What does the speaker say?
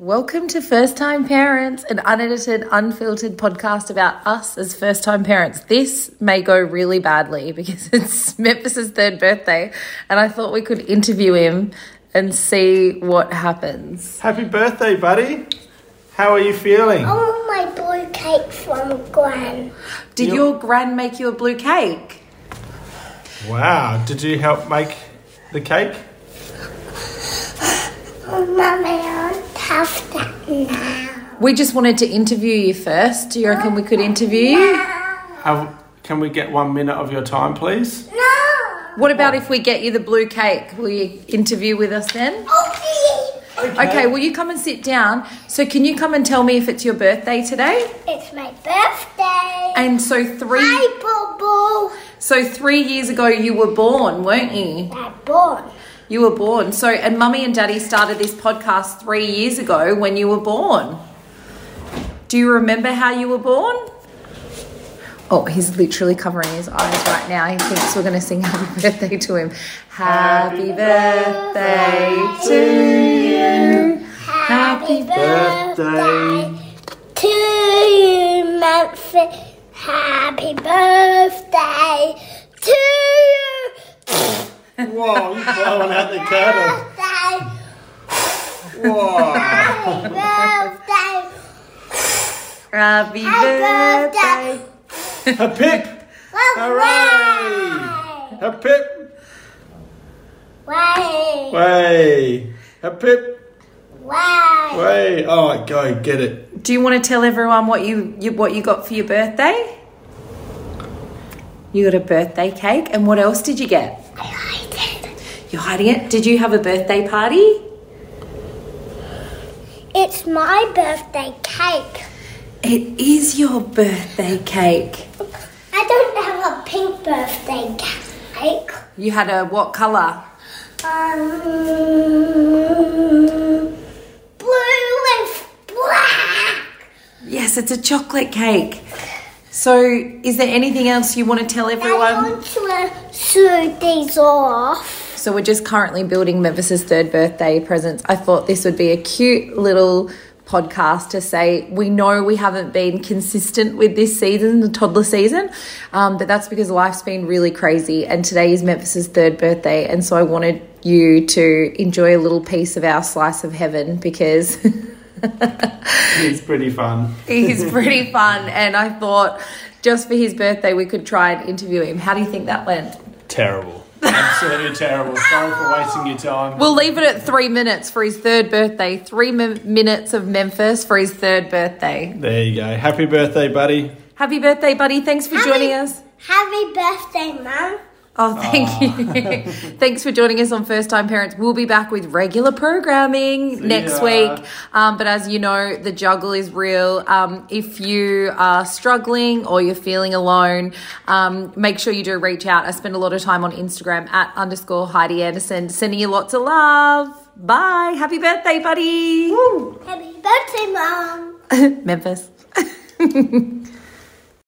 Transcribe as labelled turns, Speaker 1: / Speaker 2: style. Speaker 1: Welcome to First Time Parents, an unedited, unfiltered podcast about us as first time parents. This may go really badly because it's Memphis's third birthday, and I thought we could interview him and see what happens.
Speaker 2: Happy birthday, buddy. How are you feeling?
Speaker 3: I want my blue cake from Gwen.
Speaker 1: Did your gran make you a blue cake?
Speaker 2: Wow, did you help make the cake?
Speaker 3: Oh, Mummy, I don't have that now.
Speaker 1: We just wanted to interview you first. Do you reckon we could interview you?
Speaker 2: Have, can we get one minute of your time, please?
Speaker 3: No!
Speaker 1: What about if we get you the blue cake? Will you interview with us then?
Speaker 3: Oh,
Speaker 1: Okay, will you come and sit down? So, can you come and tell me if it's your birthday today?
Speaker 3: It's my birthday.
Speaker 1: And so, three.
Speaker 3: Hi, Bubble.
Speaker 1: So three years ago, you were born, weren't you?
Speaker 3: I born.
Speaker 1: You were born. So, and mummy and daddy started this podcast three years ago when you were born. Do you remember how you were born? Oh, he's literally covering his eyes right now. He thinks we're going to sing happy birthday to him. Happy birthday to you. Happy
Speaker 2: birthday.
Speaker 3: to you, Memphis. Happy birthday to you.
Speaker 2: Whoa, you're blowing out the candle.
Speaker 3: Birthday.
Speaker 2: Whoa.
Speaker 3: Happy birthday.
Speaker 1: Happy
Speaker 3: Happy
Speaker 1: birthday.
Speaker 3: birthday.
Speaker 2: A pip! Hooray! A pip!
Speaker 3: Way.
Speaker 2: Way! A pip!
Speaker 3: Way.
Speaker 2: Way! Oh, go get it.
Speaker 1: Do you want to tell everyone what you, you what you got for your birthday? You got a birthday cake, and what else did you get?
Speaker 3: I did.
Speaker 1: You're hiding it. Did you have a birthday party?
Speaker 3: It's my birthday cake.
Speaker 1: It is your birthday cake.
Speaker 3: I don't have a pink birthday cake.
Speaker 1: You had a what color?
Speaker 3: Um, blue with black.
Speaker 1: Yes, it's a chocolate cake. So, is there anything else you want to tell
Speaker 3: I
Speaker 1: everyone?
Speaker 3: want to sew these off.
Speaker 1: So we're just currently building Memphis' third birthday presents. I thought this would be a cute little podcast to say we know we haven't been consistent with this season, the toddler season, um, but that's because life's been really crazy. And today is Memphis' third birthday, and so I wanted you to enjoy a little piece of our slice of heaven because.
Speaker 2: It's pretty fun.
Speaker 1: He's pretty fun, and I thought just for his birthday we could try and interview him. How do you think that went?
Speaker 2: Terrible. Absolutely terrible. Sorry for wasting your time.
Speaker 1: We'll leave it at three minutes for his third birthday. Three min minutes of Memphis for his third birthday.
Speaker 2: There you go. Happy birthday, buddy.
Speaker 1: Happy birthday, buddy. Thanks for
Speaker 3: Happy-
Speaker 1: joining us.
Speaker 3: Happy birthday, Mum.
Speaker 1: Oh, thank you. Thanks for joining us on First Time Parents. We'll be back with regular programming next
Speaker 2: ya.
Speaker 1: week. Um, but as you know, the juggle is real. Um, if you are struggling or you're feeling alone, um, make sure you do reach out. I spend a lot of time on Instagram at underscore Heidi Anderson, sending you lots of love. Bye. Happy birthday, buddy.
Speaker 3: Happy birthday, Mum.
Speaker 1: Memphis.